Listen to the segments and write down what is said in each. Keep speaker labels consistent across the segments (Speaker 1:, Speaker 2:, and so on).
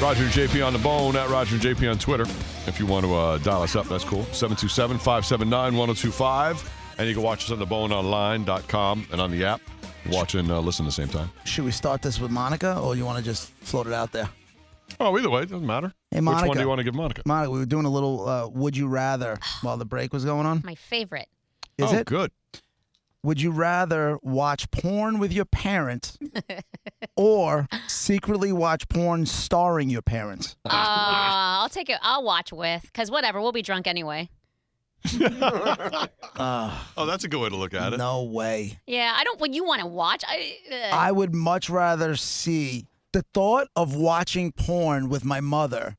Speaker 1: Roger and JP on the bone at Roger and JP on Twitter. If you want to uh, dial us up, that's cool. 727 579 1025. And you can watch us on the boneonline.com and on the app. Watch and uh, listen at the same time.
Speaker 2: Should we start this with Monica, or you want to just float it out there?
Speaker 1: Oh, either way, it doesn't matter.
Speaker 2: Hey,
Speaker 1: Which
Speaker 2: Monica.
Speaker 1: one do you want to give Monica?
Speaker 2: Monica, we were doing a little uh, "Would you rather" while the break was going on.
Speaker 3: My favorite.
Speaker 2: Is
Speaker 1: oh,
Speaker 2: it?
Speaker 1: good.
Speaker 2: Would you rather watch porn with your parents, or secretly watch porn starring your parents?
Speaker 3: Uh, I'll take it. I'll watch with because whatever. We'll be drunk anyway.
Speaker 2: Uh,
Speaker 1: Oh, that's a good way to look at it.
Speaker 2: no way.
Speaker 3: Yeah, I don't. What you want to watch? I, uh,
Speaker 2: I would much rather see the thought of watching porn with my mother.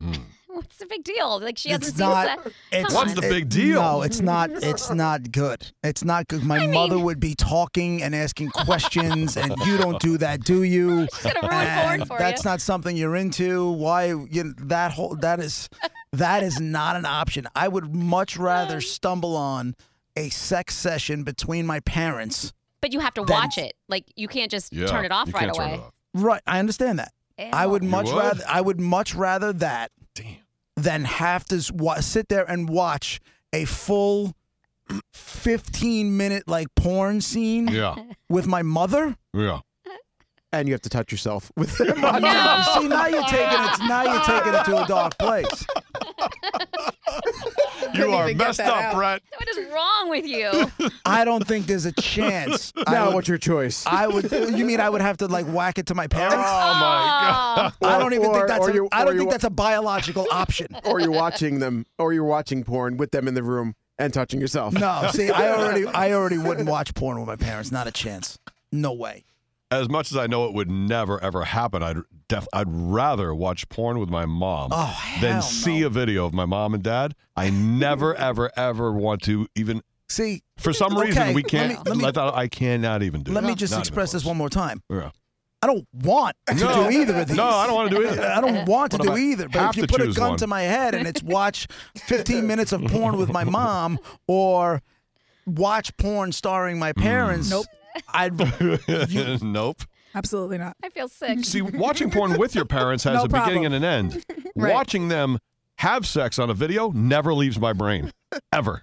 Speaker 3: what's the big deal? Like she
Speaker 2: It's
Speaker 3: hasn't
Speaker 2: not.
Speaker 3: seen. Se-
Speaker 2: It's,
Speaker 3: Come
Speaker 1: What's
Speaker 3: on.
Speaker 1: the
Speaker 2: it-
Speaker 1: big deal?
Speaker 2: No, it's not. It's not good. It's not good. My mother would be talking and asking questions, and you don't do that, do you?
Speaker 3: She's gonna ruin
Speaker 2: And
Speaker 3: porn for
Speaker 2: that's
Speaker 3: you.
Speaker 2: not something you're into. Why you that whole that is that is not an option. I would much
Speaker 3: Um.
Speaker 2: rather stumble on a sex session between my parents.
Speaker 3: but you have to
Speaker 2: then-
Speaker 3: watch it. Like you can't just
Speaker 1: Yeah,
Speaker 3: turn it off
Speaker 1: you
Speaker 3: right
Speaker 1: can't turn
Speaker 3: away.
Speaker 1: it off.
Speaker 2: Right, I understand that. I would
Speaker 3: Ew.
Speaker 2: much
Speaker 1: would?
Speaker 2: rather I would much rather that
Speaker 1: Damn.
Speaker 2: than have to s- wa- sit there and watch a full 15 minute like porn scene
Speaker 1: Yeah.
Speaker 2: with my mother.
Speaker 1: Yeah.
Speaker 4: and you have to touch yourself with them.
Speaker 3: No.
Speaker 2: See, now you're taking it now you're taking it to a dark place.
Speaker 1: You are
Speaker 4: even get
Speaker 1: messed
Speaker 4: that
Speaker 1: up,
Speaker 4: out.
Speaker 1: Brett.
Speaker 3: What is wrong with you?
Speaker 2: I don't think there's a chance. I
Speaker 4: Now,
Speaker 2: would,
Speaker 4: what's your choice?
Speaker 2: I would you mean I would have to like whack it to my parents?
Speaker 1: Oh, my
Speaker 3: Oh,
Speaker 2: I don't even
Speaker 4: Or-
Speaker 2: think that's
Speaker 4: or
Speaker 2: a,
Speaker 4: you-
Speaker 2: I
Speaker 4: or
Speaker 2: don't
Speaker 4: you
Speaker 2: think
Speaker 4: wa-
Speaker 2: that's a biological option.
Speaker 4: or you're watching them, or you're watching porn with them in the room and touching yourself.
Speaker 2: No, see, I already I already wouldn't watch porn with my parents. Not a chance. No way.
Speaker 1: As much as I know it would never ever happen, I'd def- I'd rather watch porn with my mom
Speaker 2: Oh, hell
Speaker 1: than
Speaker 2: no.
Speaker 1: see a video of my mom and dad. I never ever ever want to even
Speaker 2: See,
Speaker 1: for some
Speaker 2: Okay,
Speaker 1: reason we
Speaker 2: let
Speaker 1: can't.
Speaker 2: me- let me-
Speaker 1: I thought I cannot even do.
Speaker 2: let
Speaker 1: it.
Speaker 2: me just
Speaker 1: Not even
Speaker 2: express this
Speaker 1: close.
Speaker 2: one more time.
Speaker 1: Yeah.
Speaker 2: I don't want to
Speaker 1: No.
Speaker 2: do either of these.
Speaker 1: No, I don't want to do either.
Speaker 2: I don't want to
Speaker 1: What
Speaker 2: do
Speaker 1: about-
Speaker 2: either. But
Speaker 1: have
Speaker 2: if you
Speaker 1: to
Speaker 2: put a
Speaker 1: choose
Speaker 2: gun
Speaker 1: one.
Speaker 2: to my head and it's watch 15 minutes of porn with my mom or watch porn starring my
Speaker 1: Mm.
Speaker 2: parents,
Speaker 3: Mm.
Speaker 2: nope. I'd
Speaker 1: nope.
Speaker 5: Absolutely not.
Speaker 3: I feel sick.
Speaker 1: See, watching porn with your parents has
Speaker 5: No
Speaker 1: a beginning and an end.
Speaker 5: Right.
Speaker 1: Watching them have sex on a video never leaves my brain ever.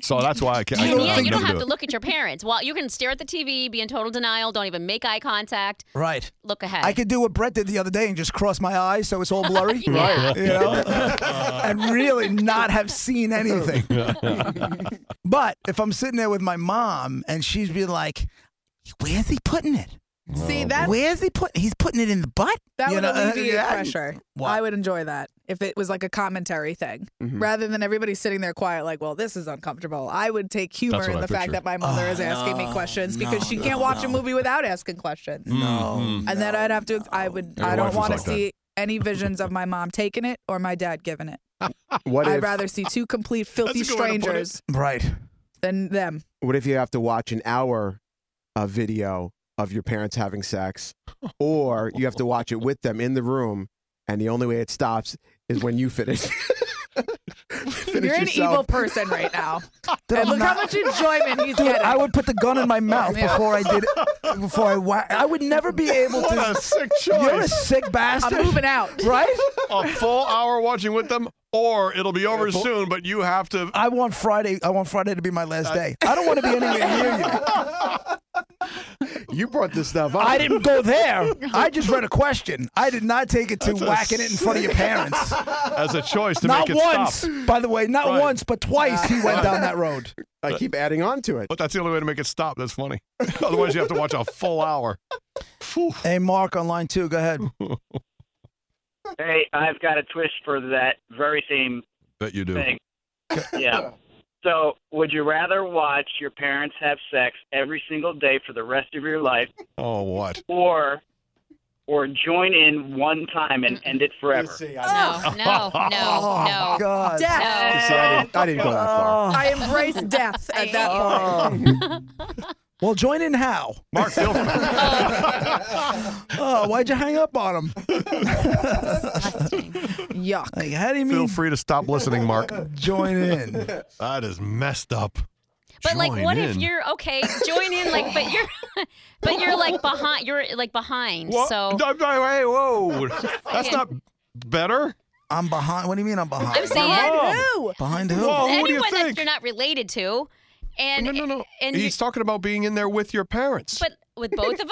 Speaker 1: So that's why I can't. I
Speaker 3: And
Speaker 1: could
Speaker 3: yeah, you
Speaker 1: never
Speaker 3: don't
Speaker 1: do
Speaker 3: have to
Speaker 1: it.
Speaker 3: look at your parents. Well, you can stare at the TV, be in total denial, don't even make eye contact.
Speaker 2: right.
Speaker 3: Look ahead.
Speaker 2: I could do what Brett did the other day and just cross my eyes so it's all blurry,
Speaker 3: Right.
Speaker 2: You know,
Speaker 6: Uh,
Speaker 2: and really not have seen anything. but if I'm sitting there with my mom and she's being like, "Where's he putting it?
Speaker 5: See that
Speaker 2: Where's he putting? He's putting it in the butt."
Speaker 5: that
Speaker 2: You
Speaker 5: would
Speaker 2: know, uh,
Speaker 5: alleviate
Speaker 2: yeah.
Speaker 5: pressure.
Speaker 2: What?
Speaker 5: I would enjoy that if it was like a commentary thing, rather than everybody sitting there quiet, like, "Well, this is uncomfortable." I would take humor
Speaker 1: That's what
Speaker 5: in
Speaker 1: I
Speaker 5: the fact
Speaker 1: picture.
Speaker 5: that my mother is
Speaker 2: Oh,
Speaker 5: asking
Speaker 2: no,
Speaker 5: me questions
Speaker 2: no,
Speaker 5: because she
Speaker 2: no,
Speaker 5: can't watch a
Speaker 2: no.
Speaker 5: movie without asking questions.
Speaker 2: No,
Speaker 7: Mm.
Speaker 5: and then I'd have to. I would.
Speaker 1: Your
Speaker 5: I
Speaker 1: wife
Speaker 5: don't
Speaker 1: was
Speaker 5: want to
Speaker 1: like that.
Speaker 5: see any visions of my mom taking it or my dad giving it.
Speaker 4: What
Speaker 5: I'd
Speaker 4: if?
Speaker 5: rather see two complete filthy
Speaker 1: That's a good way to put it.
Speaker 5: strangers
Speaker 2: right.
Speaker 5: than them.
Speaker 4: What if you have to watch an hour of video of your parents having sex, or you have to watch it with them in the room, and the only way it stops is when you finish. finish
Speaker 5: You're an
Speaker 4: yourself.
Speaker 5: evil person right now.
Speaker 2: Did
Speaker 5: and
Speaker 2: I
Speaker 5: look
Speaker 2: not-
Speaker 5: how much enjoyment he's
Speaker 2: Dude,
Speaker 5: getting.
Speaker 2: I would put the gun in my mouth
Speaker 5: Yeah.
Speaker 2: before I did it. Before I, wa- I would never be able to.
Speaker 1: What a sick
Speaker 2: You're a
Speaker 1: choice.
Speaker 2: sick bastard.
Speaker 5: I'm moving out.
Speaker 2: Right?
Speaker 1: a full hour watching with them, or it'll be over soon, but you have to.
Speaker 2: I want Friday. I want Friday to be my last day. I don't want to be anywhere near you.
Speaker 4: You brought this stuff up.
Speaker 2: I didn't go there. I just read a question. I did not take it to whacking it in front of your parents.
Speaker 1: As a choice to
Speaker 2: Not
Speaker 1: make it
Speaker 2: once,
Speaker 1: stop.
Speaker 2: by the way, not
Speaker 1: Right.
Speaker 2: once, but twice he went down that road.
Speaker 4: I keep adding on to it.
Speaker 1: But that's the only way to make it stop. That's funny. Otherwise, you have to watch a full hour.
Speaker 2: Hey, Mark on line two, go ahead.
Speaker 8: Hey, I've got a twist for that very same
Speaker 1: Bet you do.
Speaker 8: thing. yeah. So, would you rather watch your parents have sex every single day for the rest of your life,
Speaker 1: Oh, what?
Speaker 8: or or join in one time and end it forever?
Speaker 3: No, no, no,
Speaker 2: Oh,
Speaker 3: no.
Speaker 2: God. Uh,
Speaker 5: Death.
Speaker 4: See, I, didn't, I didn't go that far.
Speaker 5: I embrace death at that point.
Speaker 2: Well, join in how?
Speaker 1: Mark, feel
Speaker 2: Oh, why'd you hang up on him?
Speaker 3: Disgusting.
Speaker 5: Yuck.
Speaker 2: Like, how do you
Speaker 9: Feel
Speaker 2: mean
Speaker 9: free to stop listening, Mark.
Speaker 2: join in?
Speaker 9: That is messed up.
Speaker 3: But like,
Speaker 9: Join
Speaker 3: what if
Speaker 9: in.
Speaker 3: you're okay? Join in, like, but you're, but you're like behind. You're like behind.
Speaker 1: What?
Speaker 3: So
Speaker 1: No, no, hey, whoa. That's
Speaker 3: saying.
Speaker 1: not better.
Speaker 2: I'm behind. What do you mean I'm behind?
Speaker 3: I'm saying
Speaker 5: Who?
Speaker 2: behind who?
Speaker 1: Whoa. Oh, who do you
Speaker 3: anyone that
Speaker 1: think?
Speaker 3: you're not related to, and
Speaker 9: No, no, no.
Speaker 3: and you-
Speaker 9: He's talking about being in there with your parents.
Speaker 3: but with both of them.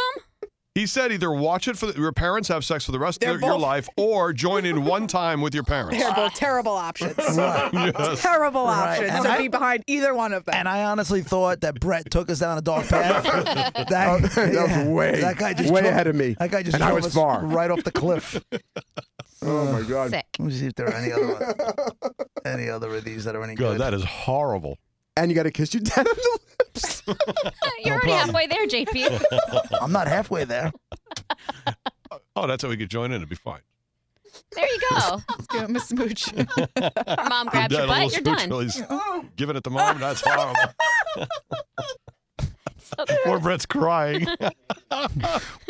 Speaker 1: He said either watch it for the, your parents have sex for the rest
Speaker 5: They're
Speaker 1: of your
Speaker 5: both-
Speaker 1: life or join in one time with your parents.
Speaker 5: They're both terrible options.
Speaker 1: Yes.
Speaker 5: Terrible
Speaker 2: Right.
Speaker 5: options
Speaker 2: And
Speaker 5: to
Speaker 2: I-
Speaker 5: be behind either one of them.
Speaker 2: And I honestly thought that Brett took us down a dark path. that,
Speaker 4: that was way-
Speaker 2: that guy just
Speaker 4: way
Speaker 2: drove-
Speaker 4: ahead of me.
Speaker 2: That guy just
Speaker 4: And I
Speaker 2: drove
Speaker 4: was
Speaker 2: us
Speaker 4: far.
Speaker 2: right off the cliff. Let
Speaker 4: Oh my god.
Speaker 3: Sick.
Speaker 2: me see if there are any other any other of these that are any
Speaker 1: God,
Speaker 2: good.
Speaker 1: that is horrible.
Speaker 4: And you got to kiss your dad on the lips.
Speaker 3: You're already halfway there, JP.
Speaker 2: I'm not halfway there.
Speaker 1: Oh, that's how we could join in. It'd be fine.
Speaker 3: There you go.
Speaker 5: Let's give him a smooch.
Speaker 3: Your mom grabs your
Speaker 1: Dad, a little
Speaker 3: butt. You're done.
Speaker 1: smooch while he's Giving it to mom. That's horrible. Poor Brett's crying.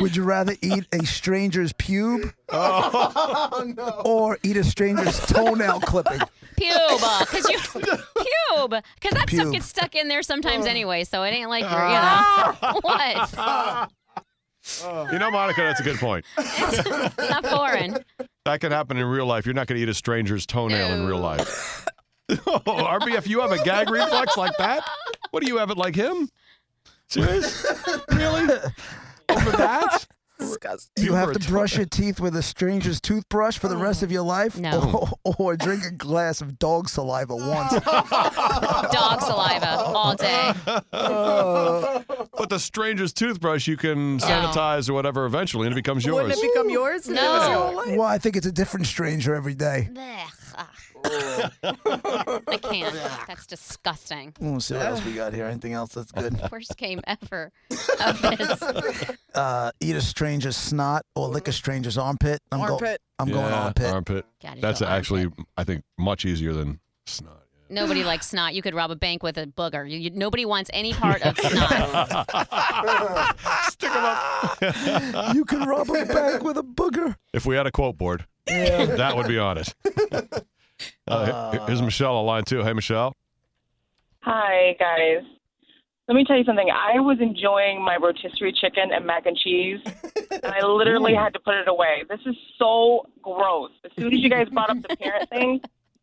Speaker 2: Would you rather eat a stranger's pube
Speaker 4: Oh.
Speaker 2: or eat a stranger's toenail clipping?
Speaker 3: Pube, because you pube, because that stuff
Speaker 2: Pube.
Speaker 3: gets stuck in there sometimes anyway. So it ain't like you're, you know, what?
Speaker 6: Ah.
Speaker 1: You know, Monica, that's a good point.
Speaker 3: Not foreign.
Speaker 1: That could happen in real life. You're not going to eat a stranger's toenail in real
Speaker 3: No.
Speaker 1: life. oh, RBF, you have a gag reflex like that? What do you have it like him? Serious? really? Over that?
Speaker 5: Disgusting.
Speaker 2: You
Speaker 1: Pube
Speaker 2: have
Speaker 1: or
Speaker 2: to
Speaker 1: a
Speaker 2: brush your teeth with a stranger's toothbrush for the rest of your life,
Speaker 3: No.
Speaker 2: or, or drink a glass of dog saliva once.
Speaker 3: Dog saliva all day.
Speaker 1: But the stranger's toothbrush you can sanitize or whatever eventually, and it becomes yours.
Speaker 5: Wouldn't it become yours?
Speaker 3: No.
Speaker 2: well, I think it's a different stranger every day.
Speaker 3: Blech. Ah. I can't. That's disgusting.
Speaker 2: Let me see what else we got here. Anything else that's good?
Speaker 3: Worst game ever of this.
Speaker 2: Uh, eat a stranger's snot or lick a stranger's armpit. I'm go-
Speaker 5: Armpit.
Speaker 2: I'm going
Speaker 1: Yeah,
Speaker 2: armpit.
Speaker 1: Armpit.
Speaker 3: Gotta
Speaker 1: That's
Speaker 3: go
Speaker 1: actually,
Speaker 3: armpit.
Speaker 1: I think, much easier than snot.
Speaker 3: Nobody likes snot. You could rob a bank with a booger. You, you, nobody wants any part of snot.
Speaker 1: Stick 'em up.
Speaker 2: you can rob a bank with a booger.
Speaker 1: If we had a quote board, that would be on it. Uh, here- here's Michelle on line two. Hey, Michelle.
Speaker 10: Hi, guys. Let me tell you something. I was enjoying my rotisserie chicken and mac and cheese, and I literally had to put it away. This is so gross. As soon as you guys brought up the parent thing,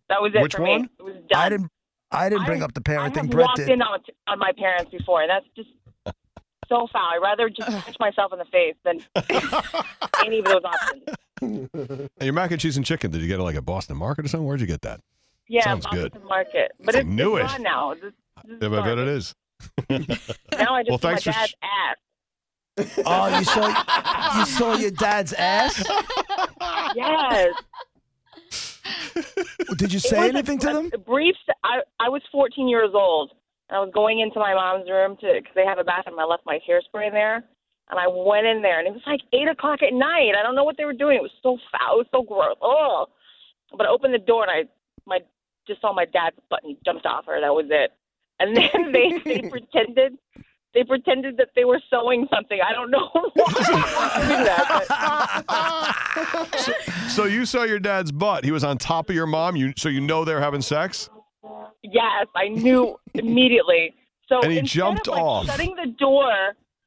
Speaker 10: that was it
Speaker 1: Which
Speaker 10: for
Speaker 1: one?
Speaker 10: me. It was done.
Speaker 2: I didn't. I didn't bring
Speaker 10: I-
Speaker 2: up the
Speaker 10: I
Speaker 2: parent
Speaker 10: have
Speaker 2: thing. Brett
Speaker 10: walked
Speaker 2: did.
Speaker 10: in on, on my parents before, and that's just so foul. I'd rather just punch myself in the face than any of those options.
Speaker 1: And your mac and cheese and chicken, did you get it like at Boston Market or something? Where'd you get that?
Speaker 10: Yeah,
Speaker 1: Sounds
Speaker 10: I'm
Speaker 1: good.
Speaker 10: to market, but
Speaker 1: I
Speaker 10: it's,
Speaker 1: knew
Speaker 10: it's
Speaker 1: it.
Speaker 10: gone now. This, this is
Speaker 1: Yeah, but I bet
Speaker 10: garbage.
Speaker 1: it is.
Speaker 10: Now I
Speaker 1: Well,
Speaker 10: just see
Speaker 1: thanks for
Speaker 10: my dad's ass.
Speaker 1: sh-
Speaker 2: Oh, you saw you saw your dad's ass.
Speaker 10: Yes.
Speaker 2: Did you
Speaker 10: It
Speaker 2: say
Speaker 10: was a-
Speaker 2: anything to
Speaker 10: a-
Speaker 2: them?
Speaker 10: A brief. I I was 14 years old, and I was going into my mom's room to because they have a bathroom. I left my hairspray in there, and I went in there, and it was like eight o'clock at night. I don't know what they were doing. It was so foul. It was so gross. Oh, but I opened the door, and I my just saw my dad's butt, and he jumped off her. That was it. And then they they pretended. They pretended that they were sewing something. I don't know why they do that. but-
Speaker 1: So you saw your dad's butt. He was on top of your mom. You so you know they're having sex.
Speaker 10: Yes, I knew immediately. So
Speaker 1: And he
Speaker 10: instead
Speaker 1: jumped
Speaker 10: of, like,
Speaker 1: off.
Speaker 10: Shutting the door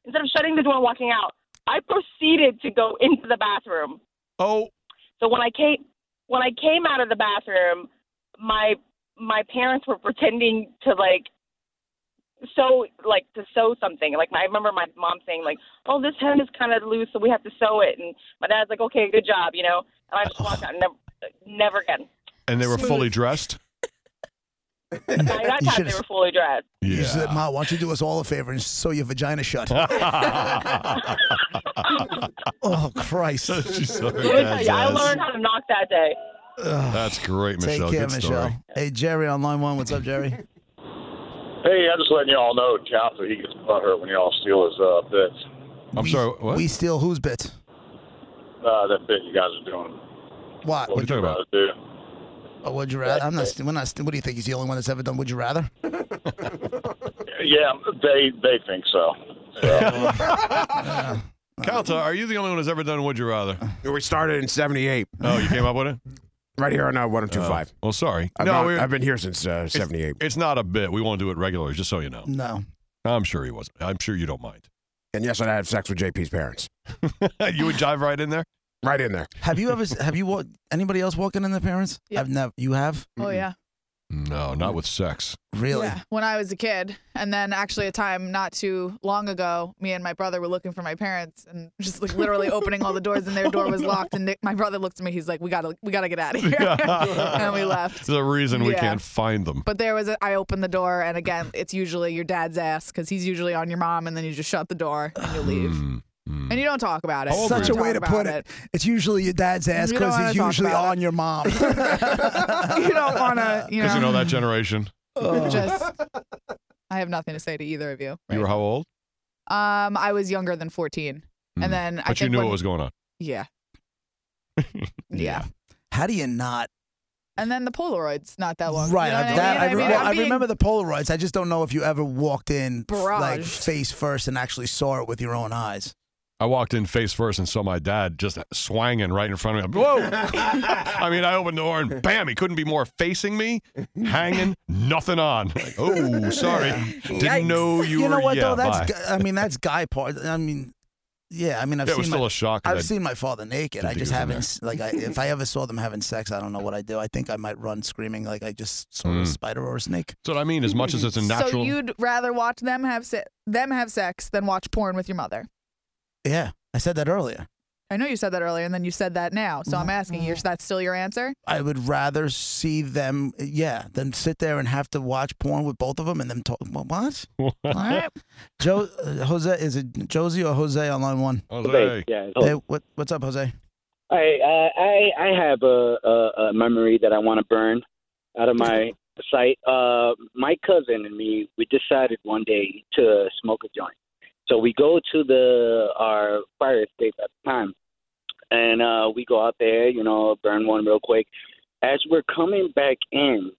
Speaker 10: instead of shutting the door and walking out, I proceeded to go into the bathroom.
Speaker 1: Oh,
Speaker 10: So when I came when I came out of the bathroom, my my parents were pretending to like sew like to sew something. Like I remember my mom saying like, "Oh, this hem is kind of loose, so we have to sew it." And my dad's like, "Okay, good job," you know. And I just walked out, and never, never again.
Speaker 1: and they were fully dressed.
Speaker 10: By that
Speaker 2: You
Speaker 10: time,
Speaker 2: should've-
Speaker 10: they were fully dressed.
Speaker 2: You said, Ma, why don't you do us all a favor and sew your vagina shut? oh, Christ.
Speaker 1: She saw her
Speaker 10: Let me tell
Speaker 1: dad's
Speaker 10: you, I
Speaker 1: ass.
Speaker 10: learned how to knock that day.
Speaker 1: That's great, Michelle.
Speaker 2: Take care,
Speaker 1: Good
Speaker 2: Michelle.
Speaker 1: story.
Speaker 2: Hey, Jerry on line one. What's up, Jerry?
Speaker 11: Hey, I'm just letting you all know, Jaffa, he gets butthurt when y'all steal his uh, bits.
Speaker 1: I'm
Speaker 2: We-
Speaker 1: sorry. What?
Speaker 2: We steal whose bits?
Speaker 11: uh, that bit you guys are doing. Uh,
Speaker 2: What?
Speaker 11: What would you rather do?
Speaker 2: Oh, would you rather? I'm not. st- We're not. st- What do you think? He's the only one that's ever done. Would you rather?
Speaker 11: Yeah, they they think so.
Speaker 1: Calta, are you the only one who's ever done Would You Rather?
Speaker 4: We started in 78.
Speaker 1: Oh, you came up with it?
Speaker 4: Right here on uh, 1025.
Speaker 1: well, sorry.
Speaker 4: I've,
Speaker 1: No,
Speaker 4: not-
Speaker 1: we-
Speaker 4: I've been here since uh,
Speaker 1: It's-
Speaker 4: 78.
Speaker 1: It's, not a bit. We won't do it regularly, just so you know.
Speaker 2: No.
Speaker 1: I'm sure he wasn't. I'm sure you don't mind.
Speaker 4: And yes, I had sex with JP's parents.
Speaker 1: you would dive right in there?
Speaker 4: Right in there.
Speaker 2: Have you ever? Have you? wa- Anybody else walking in their parents? I've never. You have?
Speaker 5: Oh yeah.
Speaker 1: No, not with sex.
Speaker 2: Really?
Speaker 5: Yeah. When I was a kid, and then actually a time not too long ago, me and my brother were looking for my parents, and just like literally opening all the doors, and their door was locked. And they, my brother looked at me. He's like, "We gotta, we gotta get out of here," and we left.
Speaker 1: There's a reason we
Speaker 5: Yeah.
Speaker 1: can't find them.
Speaker 5: But there was a, I opened the door, and again, it's usually your dad's ass because he's usually on your mom, and then you just shut the door and you leave,
Speaker 1: Mm.
Speaker 5: and you don't talk about it.
Speaker 2: Such a
Speaker 5: You don't
Speaker 2: way to
Speaker 5: talk
Speaker 2: put
Speaker 5: about
Speaker 2: it. It's usually your dad's ass
Speaker 5: You don't
Speaker 2: because
Speaker 5: wanna
Speaker 2: he's
Speaker 5: talk
Speaker 2: usually
Speaker 5: about
Speaker 2: on your mom.
Speaker 5: you don't want to, you know.
Speaker 1: Because Mm. you know that generation.
Speaker 5: just, I have nothing to say to either of you.
Speaker 1: You were how old?
Speaker 5: Um, I was younger than 14,
Speaker 1: Mm.
Speaker 5: and then I
Speaker 1: But
Speaker 5: think
Speaker 1: you knew
Speaker 5: when-
Speaker 1: what was going on.
Speaker 5: Yeah,
Speaker 2: yeah. How do you not?
Speaker 5: and then the Polaroids not that long.
Speaker 2: Right.
Speaker 5: you know
Speaker 2: I-
Speaker 5: what
Speaker 2: that, I,
Speaker 5: I, mean?
Speaker 2: re-
Speaker 5: I, mean,
Speaker 2: well,
Speaker 5: I'm
Speaker 2: I
Speaker 5: being-
Speaker 2: remember the Polaroids. I just don't know if you ever walked in f- like
Speaker 5: Barraged.
Speaker 2: face first and actually saw it with your own eyes.
Speaker 1: I walked in face first and saw my dad just swanging right in front of me. Whoa! I mean, I opened the door and bam, he couldn't be more facing me, hanging, nothing on. Like, oh, sorry. Didn't know you,
Speaker 2: know
Speaker 1: were
Speaker 2: what
Speaker 1: yeah,
Speaker 2: though? That's
Speaker 1: bye.
Speaker 2: gu- I mean that's guy part. I mean, yeah. I mean I've
Speaker 1: Yeah, it
Speaker 2: seen
Speaker 1: was
Speaker 2: my,
Speaker 1: still a shock 'cause
Speaker 2: I've
Speaker 1: I
Speaker 2: seen my father naked.
Speaker 1: didn't
Speaker 2: I
Speaker 1: think
Speaker 2: just
Speaker 1: he was in
Speaker 2: haven't s- like I, if I ever saw them having sex, I don't know what I do. I think I might run screaming like I just saw
Speaker 1: Mm.
Speaker 2: a spider or a snake.
Speaker 1: That's what I mean. As much as it's a
Speaker 5: So
Speaker 1: natural.
Speaker 5: you'd rather watch them have se- them have sex than watch porn with your mother.
Speaker 2: Yeah, I said that earlier.
Speaker 5: I know you said that earlier, and then you said that now. So I'm asking you, is that still your answer?
Speaker 2: I would rather see them, yeah, than sit there and have to watch porn with both of them and them talk. What? what? What? Joe, uh, Jose, is it Josie or Jose on line one?
Speaker 7: Jose, yeah.
Speaker 2: Hey, what, what's up, Jose?
Speaker 7: I I I have a, a, a memory that I want to burn out of my sight. Uh, my cousin and me, we decided one day to smoke a joint. So we go to the our fire escape at the time, and uh, we go out there, you know, burn one real quick. As we're coming back in,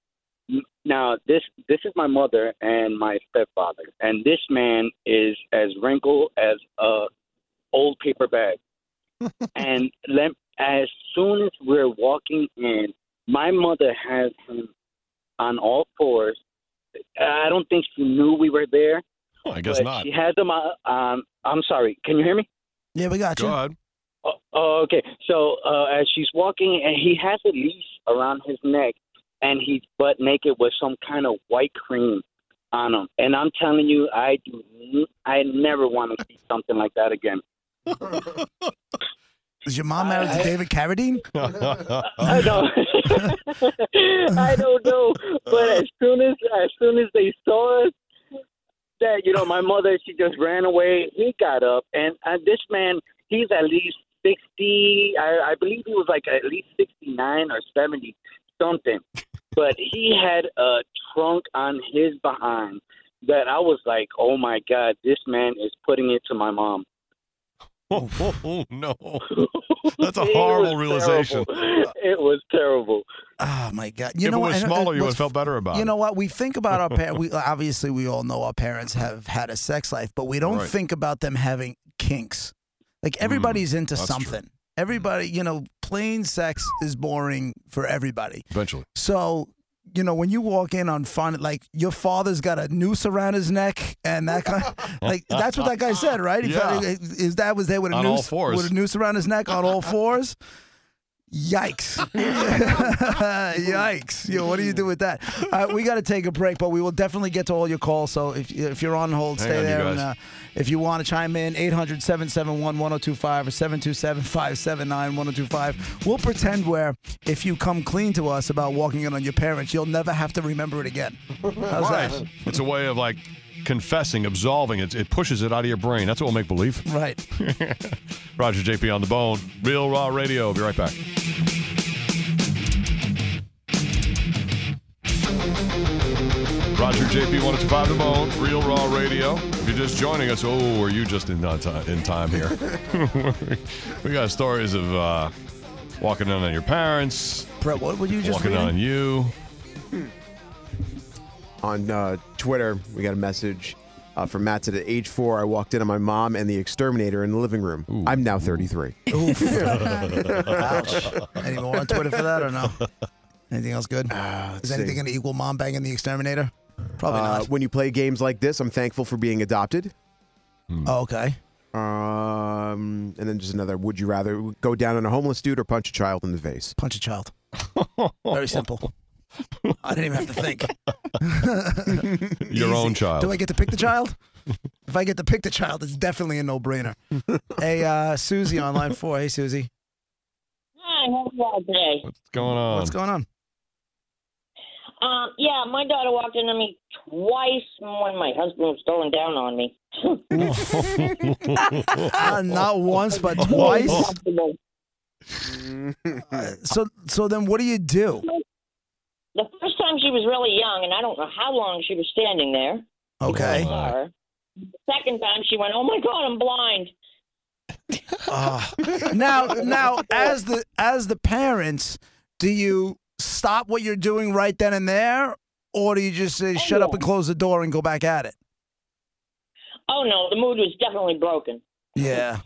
Speaker 7: m- now this this is my mother and my stepfather, and this man is as wrinkled as a old paper bag and let, as soon as we're walking in, my mother has him on all fours. I don't think she knew we were there.
Speaker 1: Oh, I guess
Speaker 7: but
Speaker 1: not.
Speaker 7: She has him on. Um, I'm sorry. Can you hear me?
Speaker 2: Yeah, we got you.
Speaker 7: Oh, oh, okay. So uh, as she's walking, and he has a leash around his neck, and he's butt naked with some kind of white cream on him. And I'm telling you, I do. n- I never want to see something like that again.
Speaker 2: Is your mom married to David Carradine?
Speaker 7: I know. I don't know,
Speaker 1: Uh.
Speaker 7: but as soon as as soon as they saw us, that you know, my mother she just ran away. He got up, and uh, this man, he's at least sixty. I, I believe he was like at least sixty nine or seventy something, but he had a trunk on his behind that I was like, oh my god, this man is putting it to my mom.
Speaker 1: Oh, no, that's a horrible realization.
Speaker 7: It was terrible.
Speaker 2: Oh my God! You
Speaker 1: if
Speaker 2: know
Speaker 1: it
Speaker 2: what? uh,
Speaker 1: was
Speaker 2: And
Speaker 1: smaller, you would
Speaker 2: what's
Speaker 1: have felt better about
Speaker 2: You
Speaker 1: it.
Speaker 2: know what? We think about our parents. We obviously we all know our parents have had a sex life, but we don't
Speaker 1: Right. Mm,
Speaker 2: think about them having kinks. Like everybody's into
Speaker 1: that's true.
Speaker 2: something. Everybody, you know, plain sex is boring for everybody.
Speaker 1: Eventually.
Speaker 2: So, you know, when you walk in on fun, like your father's got a noose around his neck, and that kind, like that's what that guy said, right? He felt-
Speaker 1: Yeah.
Speaker 2: his dad was there with a
Speaker 1: On all
Speaker 2: noose,
Speaker 1: fours.
Speaker 2: with a noose around his neck on all fours. Yikes. Yikes. Yo, what do you do with that? All right, we got to take a break, but we will definitely get to all your calls. So if, if you're on hold,
Speaker 1: Hang
Speaker 2: stay
Speaker 1: on, you
Speaker 2: there.
Speaker 1: guys.
Speaker 2: And uh, if you want to chime in, 800 771 1025 or 727 579 1025. We'll pretend where if you come clean to us about walking in on your parents, you'll never have to remember it again. How's
Speaker 1: right.
Speaker 2: that?
Speaker 1: It's a way of like confessing, absolving. It, it pushes it out of your brain. That's what will make believe.
Speaker 2: Right.
Speaker 1: Roger JP on the bone. Real Raw Radio. Be right back. Roger JP 1025 The Bone, Real Raw Radio. If you're just joining us, oh, are you just in, on ti- in time here? we got stories of uh, walking in on your parents.
Speaker 2: Brett, what were you just
Speaker 1: Walking in
Speaker 2: reading?
Speaker 1: on you.
Speaker 4: Hmm. on uh, Twitter, we got a message uh, from Matt said at age four, I walked in on my mom and the exterminator in the living room. I'm now 33.
Speaker 2: Ouch. Any more on Twitter for that or no? Anything else good? Is anything
Speaker 4: see.
Speaker 2: going to equal mom banging the exterminator? Probably
Speaker 4: Uh,
Speaker 2: not.
Speaker 4: When you play games like this, I'm thankful for being adopted.
Speaker 1: Hmm.
Speaker 2: Oh, okay.
Speaker 4: Um, and then just another. Would you rather go down on a homeless dude or punch a child in the face?
Speaker 2: Punch a child. Very simple. I didn't even have to think.
Speaker 1: Your own child.
Speaker 2: Do I get to pick the child? if I get to pick the child, it's definitely a no-brainer. hey, uh, Susie on line four. Hey, Susie.
Speaker 12: Hi, how's y'all today?
Speaker 1: What's going on?
Speaker 2: What's going on?
Speaker 12: Um, yeah, my daughter walked in on me twice when my husband was going down on me.
Speaker 2: Uh, not once, but twice. Uh, So, so then what do you do?
Speaker 12: The first time she was really young, and I don't know how long she was standing there.
Speaker 1: Oh,
Speaker 2: Okay.
Speaker 12: Her. The second time she went, oh my god, I'm blind.
Speaker 2: Ah. now, now, as the as the parents, do you stop what you're doing right then and there, or do you just say, shut up and close the door and go back at it?
Speaker 12: Oh no, the mood was definitely broken.
Speaker 2: Yeah.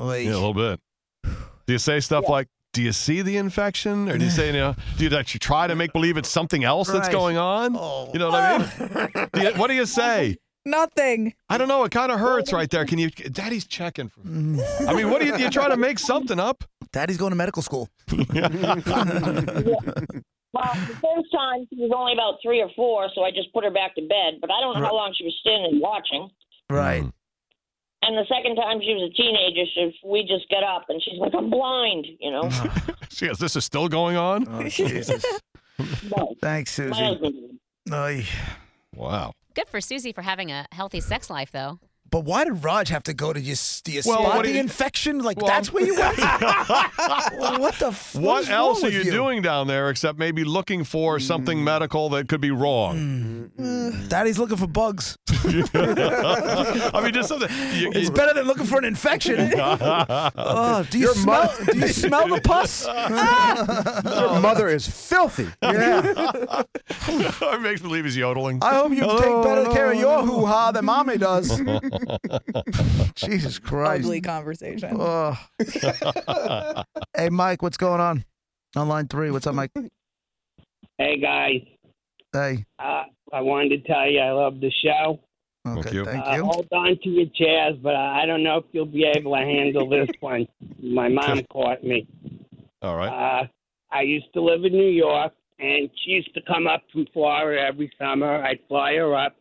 Speaker 1: Yeah, a little bit. Do you say stuff like, do you see the infection? Or do you say, you know, do you actually try to make believe it's something else that's
Speaker 5: Right.
Speaker 1: going on? You know what I mean? Do you- what do you say?
Speaker 5: Nothing.
Speaker 1: I don't know. It kind of hurts right there. Can you, Daddy's checking for me. I mean, what do you, you try to make something up? Hmm.
Speaker 2: Daddy's going to medical school.
Speaker 12: Well, the first time she was only about three or four, so I just put her back to bed. But I don't know how long she was standing watching.
Speaker 2: Right.
Speaker 12: And the second time she was a teenager, she, we just got up, and she's like, "I'm blind," you know.
Speaker 1: She goes, this is still going on?
Speaker 2: Oh, Jesus.
Speaker 12: No.
Speaker 2: Thanks,
Speaker 12: My
Speaker 2: Susie.
Speaker 12: husband.
Speaker 2: Oy.
Speaker 1: Wow.
Speaker 3: Good for Susie for having a healthy sex life, though.
Speaker 2: But why did Raj have to go to your, do you
Speaker 1: Well,
Speaker 2: spot
Speaker 1: what do
Speaker 2: the
Speaker 1: you-
Speaker 2: infection? Like that's where you went. what the? F-
Speaker 1: What,
Speaker 2: is wrong
Speaker 1: else are
Speaker 2: with Mm.
Speaker 1: you, doing down there except maybe looking for something medical that could be wrong?
Speaker 2: Daddy's looking for bugs.
Speaker 1: I mean, just something. you-
Speaker 2: It's
Speaker 1: you-
Speaker 2: better than looking for an infection. oh, do you
Speaker 1: Your
Speaker 2: smell?
Speaker 1: mo-
Speaker 2: do you smell the pus?
Speaker 1: uh,
Speaker 4: Your mother is filthy.
Speaker 1: it makes me believe he's yodeling.
Speaker 2: I hope you take better care of
Speaker 1: Oh.
Speaker 2: your hoo ha than mommy does. Jesus Christ.
Speaker 5: Ugly conversation.
Speaker 2: Ugh. hey, Mike, what's going on? On line three, what's up, Mike?
Speaker 13: Hey guys,
Speaker 2: Hey.
Speaker 13: uh, I wanted to tell you I love the show.
Speaker 2: Okay,
Speaker 1: Thank you.
Speaker 2: Thank
Speaker 13: Uh,
Speaker 2: you.
Speaker 13: hold on to your chairs, but I don't know if you'll be able to handle this one. My mom caught me.
Speaker 1: All right.
Speaker 13: Uh, I used to live in New York, and she used to come up from Florida every summer. I'd fly her up,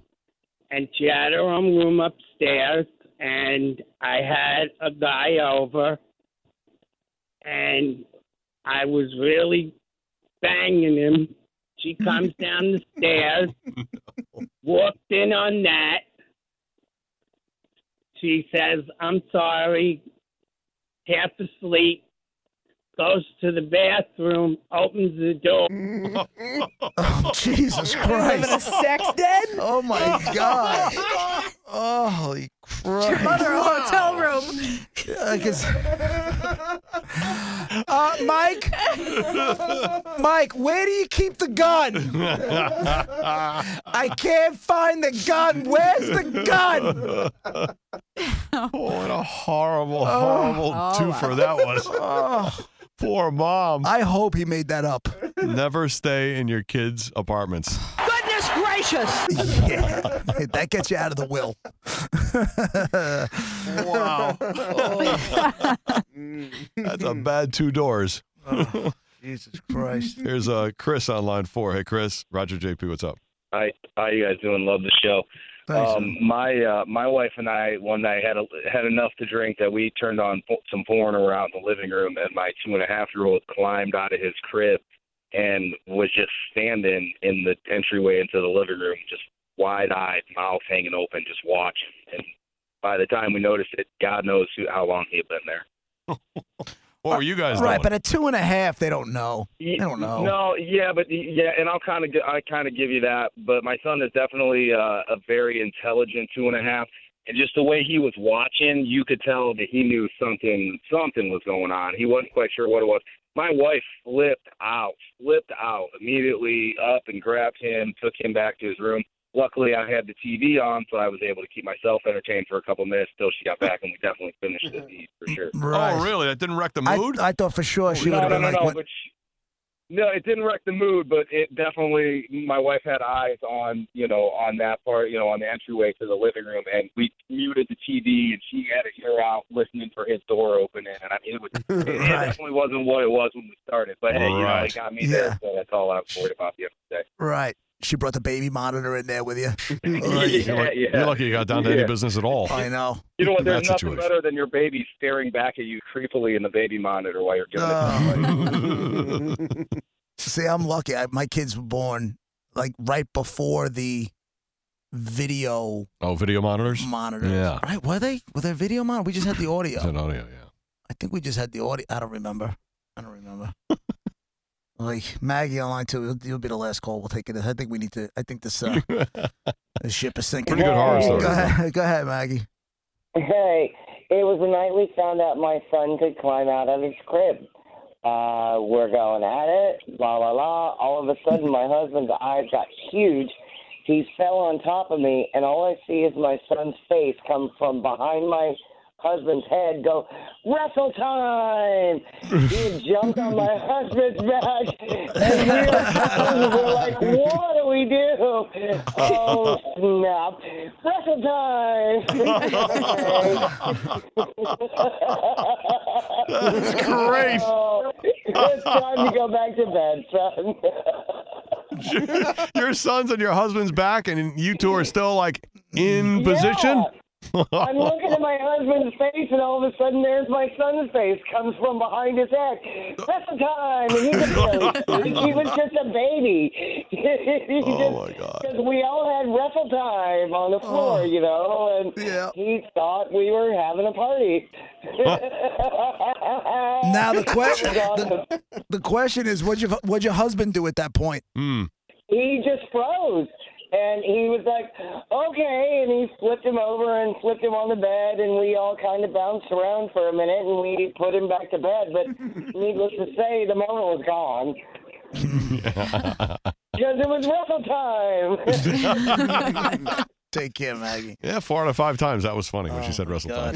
Speaker 13: and she had her own room upstairs, and I had a guy over, and I was really banging him. She comes down the stairs, walked in on that. She says, I'm sorry, half asleep goes to the bathroom, opens the door.
Speaker 2: Oh, Jesus Christ.
Speaker 5: Having a sex den?
Speaker 2: Oh my God. Oh, holy Christ.
Speaker 5: Your mother a hotel room.
Speaker 2: I guess- Uh, Mike, Mike, where do you keep the gun? I can't find the gun. Where's the gun?
Speaker 1: what a horrible, horrible
Speaker 2: Oh.
Speaker 1: twofer that was.
Speaker 2: Oh,
Speaker 1: Poor mom.
Speaker 2: I hope he made that up.
Speaker 1: Never stay in your kids' apartments.
Speaker 14: Goodness gracious!
Speaker 2: Yeah, that gets you out of the will.
Speaker 1: Wow. That's a bad two doors.
Speaker 2: Oh, Jesus Christ.
Speaker 1: Here's uh, Chris on line four. Hey, Chris. Roger JP, what's up?
Speaker 15: Hi, how you guys doing? Love the show.
Speaker 2: Thanks,
Speaker 15: um, my uh, my wife and I one night had a, had enough to drink that we turned on fo- some foreigner out in the living room, and my two and a half year old climbed out of his crib and was just standing in the entryway into the living room, just wide eyed, mouth hanging open, just watching. And by the time we noticed it, God knows who, how long he had been there.
Speaker 1: What were you guys
Speaker 2: right,
Speaker 1: doing?
Speaker 2: but at two and a half, they don't know. They don't know.
Speaker 15: No, yeah, but yeah, and I'll kind of I kind of give you that. But my son is definitely uh, a very intelligent two and a half, and just the way he was watching, you could tell that he knew something something was going on. He wasn't quite sure what it was. My wife flipped out, flipped out immediately up and grabbed him, took him back to his room. Luckily, I had the TV on, so I was able to keep myself entertained for a couple minutes till she got back, and we definitely finished the deed for sure.
Speaker 2: Mm-hmm. Right.
Speaker 1: Oh, really? That didn't wreck the
Speaker 2: I,
Speaker 1: mood?
Speaker 2: I thought for sure she
Speaker 15: no,
Speaker 2: would have
Speaker 15: no,
Speaker 2: been
Speaker 15: no,
Speaker 2: like,
Speaker 15: no,
Speaker 2: what-
Speaker 15: but she- no, it didn't wreck the mood, but it definitely. My wife had eyes on you know on that part, you know, on the entryway to the living room, and we muted the TV, and she had her ear out listening for his door opening, and I mean it was it, it
Speaker 2: Right.
Speaker 15: definitely wasn't what it was when we started, but hey, you know,
Speaker 2: Right.
Speaker 15: it got me
Speaker 2: Yeah.
Speaker 15: there, so that's all I was worried about the other day.
Speaker 2: right. She brought the baby monitor in there with you. Right.
Speaker 1: you're, lucky,
Speaker 15: yeah.
Speaker 1: you're lucky you got down to any
Speaker 15: Yeah.
Speaker 1: business at all.
Speaker 2: I know.
Speaker 15: You know what?
Speaker 1: In
Speaker 15: There's
Speaker 1: that
Speaker 15: nothing better than your baby staring back at you creepily in the baby monitor while you're doing
Speaker 2: Oh,
Speaker 15: it.
Speaker 2: See, I'm lucky. I, my kids were born like right before the video
Speaker 1: Oh, video monitors?
Speaker 2: monitors.
Speaker 1: Yeah.
Speaker 2: Right? Were they? Were there video monitor? We just had the audio.
Speaker 1: It's an audio, yeah.
Speaker 2: I think we just had the audio. I don't remember. I don't remember. like Maggie online too. You'll, you'll be the last call. We'll take it. I think we need to. I think this uh, this ship is sinking.
Speaker 1: Pretty good horror
Speaker 2: Go
Speaker 1: stories,
Speaker 2: ahead, go ahead, Maggie.
Speaker 16: Hey, it was the night we found out my son could climb out of his crib. Uh, we're going at it, la la la. All of a sudden, my husband's eyes got huge. He fell on top of me, and all I see is my son's face come from behind my husband's head go, wrestle time! He jumped on my husband's back, and we were- we were like, what do we do? Oh, snap. Wrestle time! That's
Speaker 1: great.
Speaker 16: Oh, it's time to go back to bed, son.
Speaker 1: your son's on your husband's back, and you two are still like in position.
Speaker 16: I'm looking at my husband's face, and all of a sudden, there's my son's face comes from behind his head. That's the time, and he's a, he was just a baby. oh my god! Because we all had wrestle time on the floor, you know, and he thought we were having a party.
Speaker 2: Now the question,
Speaker 16: It was awesome.
Speaker 2: the, the question is, what'd your what'd your husband do at that point?
Speaker 1: Hmm.
Speaker 16: he just froze. And he was like, okay. And he flipped him over and flipped him on the bed. And we all kind of bounced around for a minute and we put him back to bed. But needless to say, the moment was gone because it was wrestle time.
Speaker 2: Take care, Maggie.
Speaker 1: yeah, four out of five times. That was funny
Speaker 2: Oh
Speaker 1: when she said wrestle time.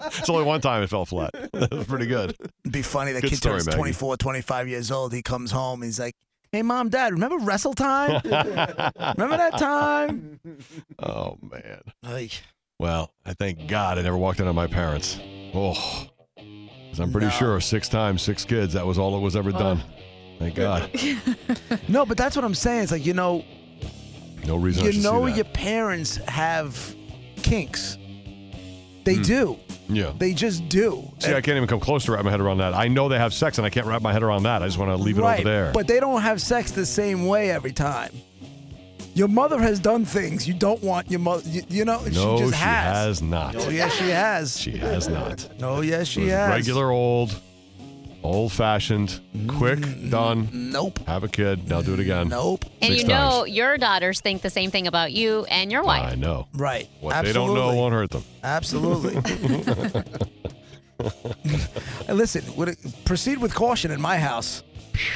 Speaker 1: it's only one time it fell flat. That was pretty good.
Speaker 2: It'd be funny. That
Speaker 1: Good
Speaker 2: kid
Speaker 1: story,
Speaker 2: turns
Speaker 1: Maggie.
Speaker 2: 24, 25 years old. He comes home. He's like, hey, mom, dad, remember wrestle time? remember that time?
Speaker 1: Oh man.
Speaker 2: Ay.
Speaker 1: Well, I thank God I never walked in on my parents. Oh, 'Cause I'm pretty sure six times, six kids. That was all that was ever done. Thank God.
Speaker 2: No, but that's what I'm saying. It's like, you know,
Speaker 1: No reason. I
Speaker 2: you
Speaker 1: should
Speaker 2: know
Speaker 1: see that.
Speaker 2: your parents have kinks. They do.
Speaker 1: Yeah.
Speaker 2: They just do.
Speaker 1: Hmm. See, I can't even come close to wrap my head around that. I know they have sex, and I can't wrap my head around that. I just want to leave it
Speaker 2: right.
Speaker 1: over there.
Speaker 2: But they don't have sex the same way every time. Your mother has done things you don't want your mother, you, you know,
Speaker 1: no,
Speaker 2: she just has.
Speaker 1: has not.
Speaker 2: Oh, yes, she has.
Speaker 1: She has not.
Speaker 2: Oh, yes, she
Speaker 1: It was
Speaker 2: has.
Speaker 1: Regular old, old fashioned, quick, done.
Speaker 2: Mm-hmm. Nope.
Speaker 1: Have a kid. Now do it again.
Speaker 2: Nope.
Speaker 3: And you know your daughters think the same thing about you and your wife.
Speaker 1: I know.
Speaker 2: Right.
Speaker 1: What they don't know
Speaker 2: Absolutely.
Speaker 1: won't hurt them.
Speaker 2: Absolutely. And Listen, would it, proceed with caution in my house.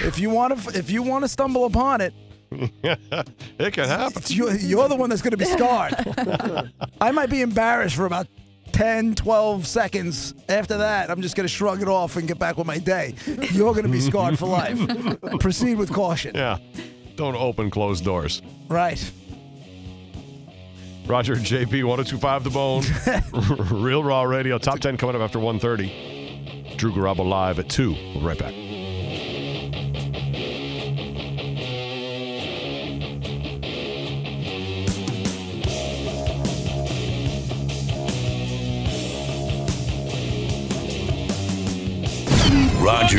Speaker 2: If you want to, if you want to stumble upon it,
Speaker 1: it can happen.
Speaker 2: it's you, you're the one that's going to be scarred. I might be embarrassed for about 10, 12 seconds. After that, I'm just going to shrug it off and get back with my day. You're going to be scarred for life. proceed with caution.
Speaker 1: Yeah. Don't open closed doors.
Speaker 2: Right.
Speaker 1: Roger and JP 1025 The Bone. Real Raw Radio. Top 10 coming up after 1.30. Drew Garabo live at 2. We'll be right back.
Speaker 6: Roger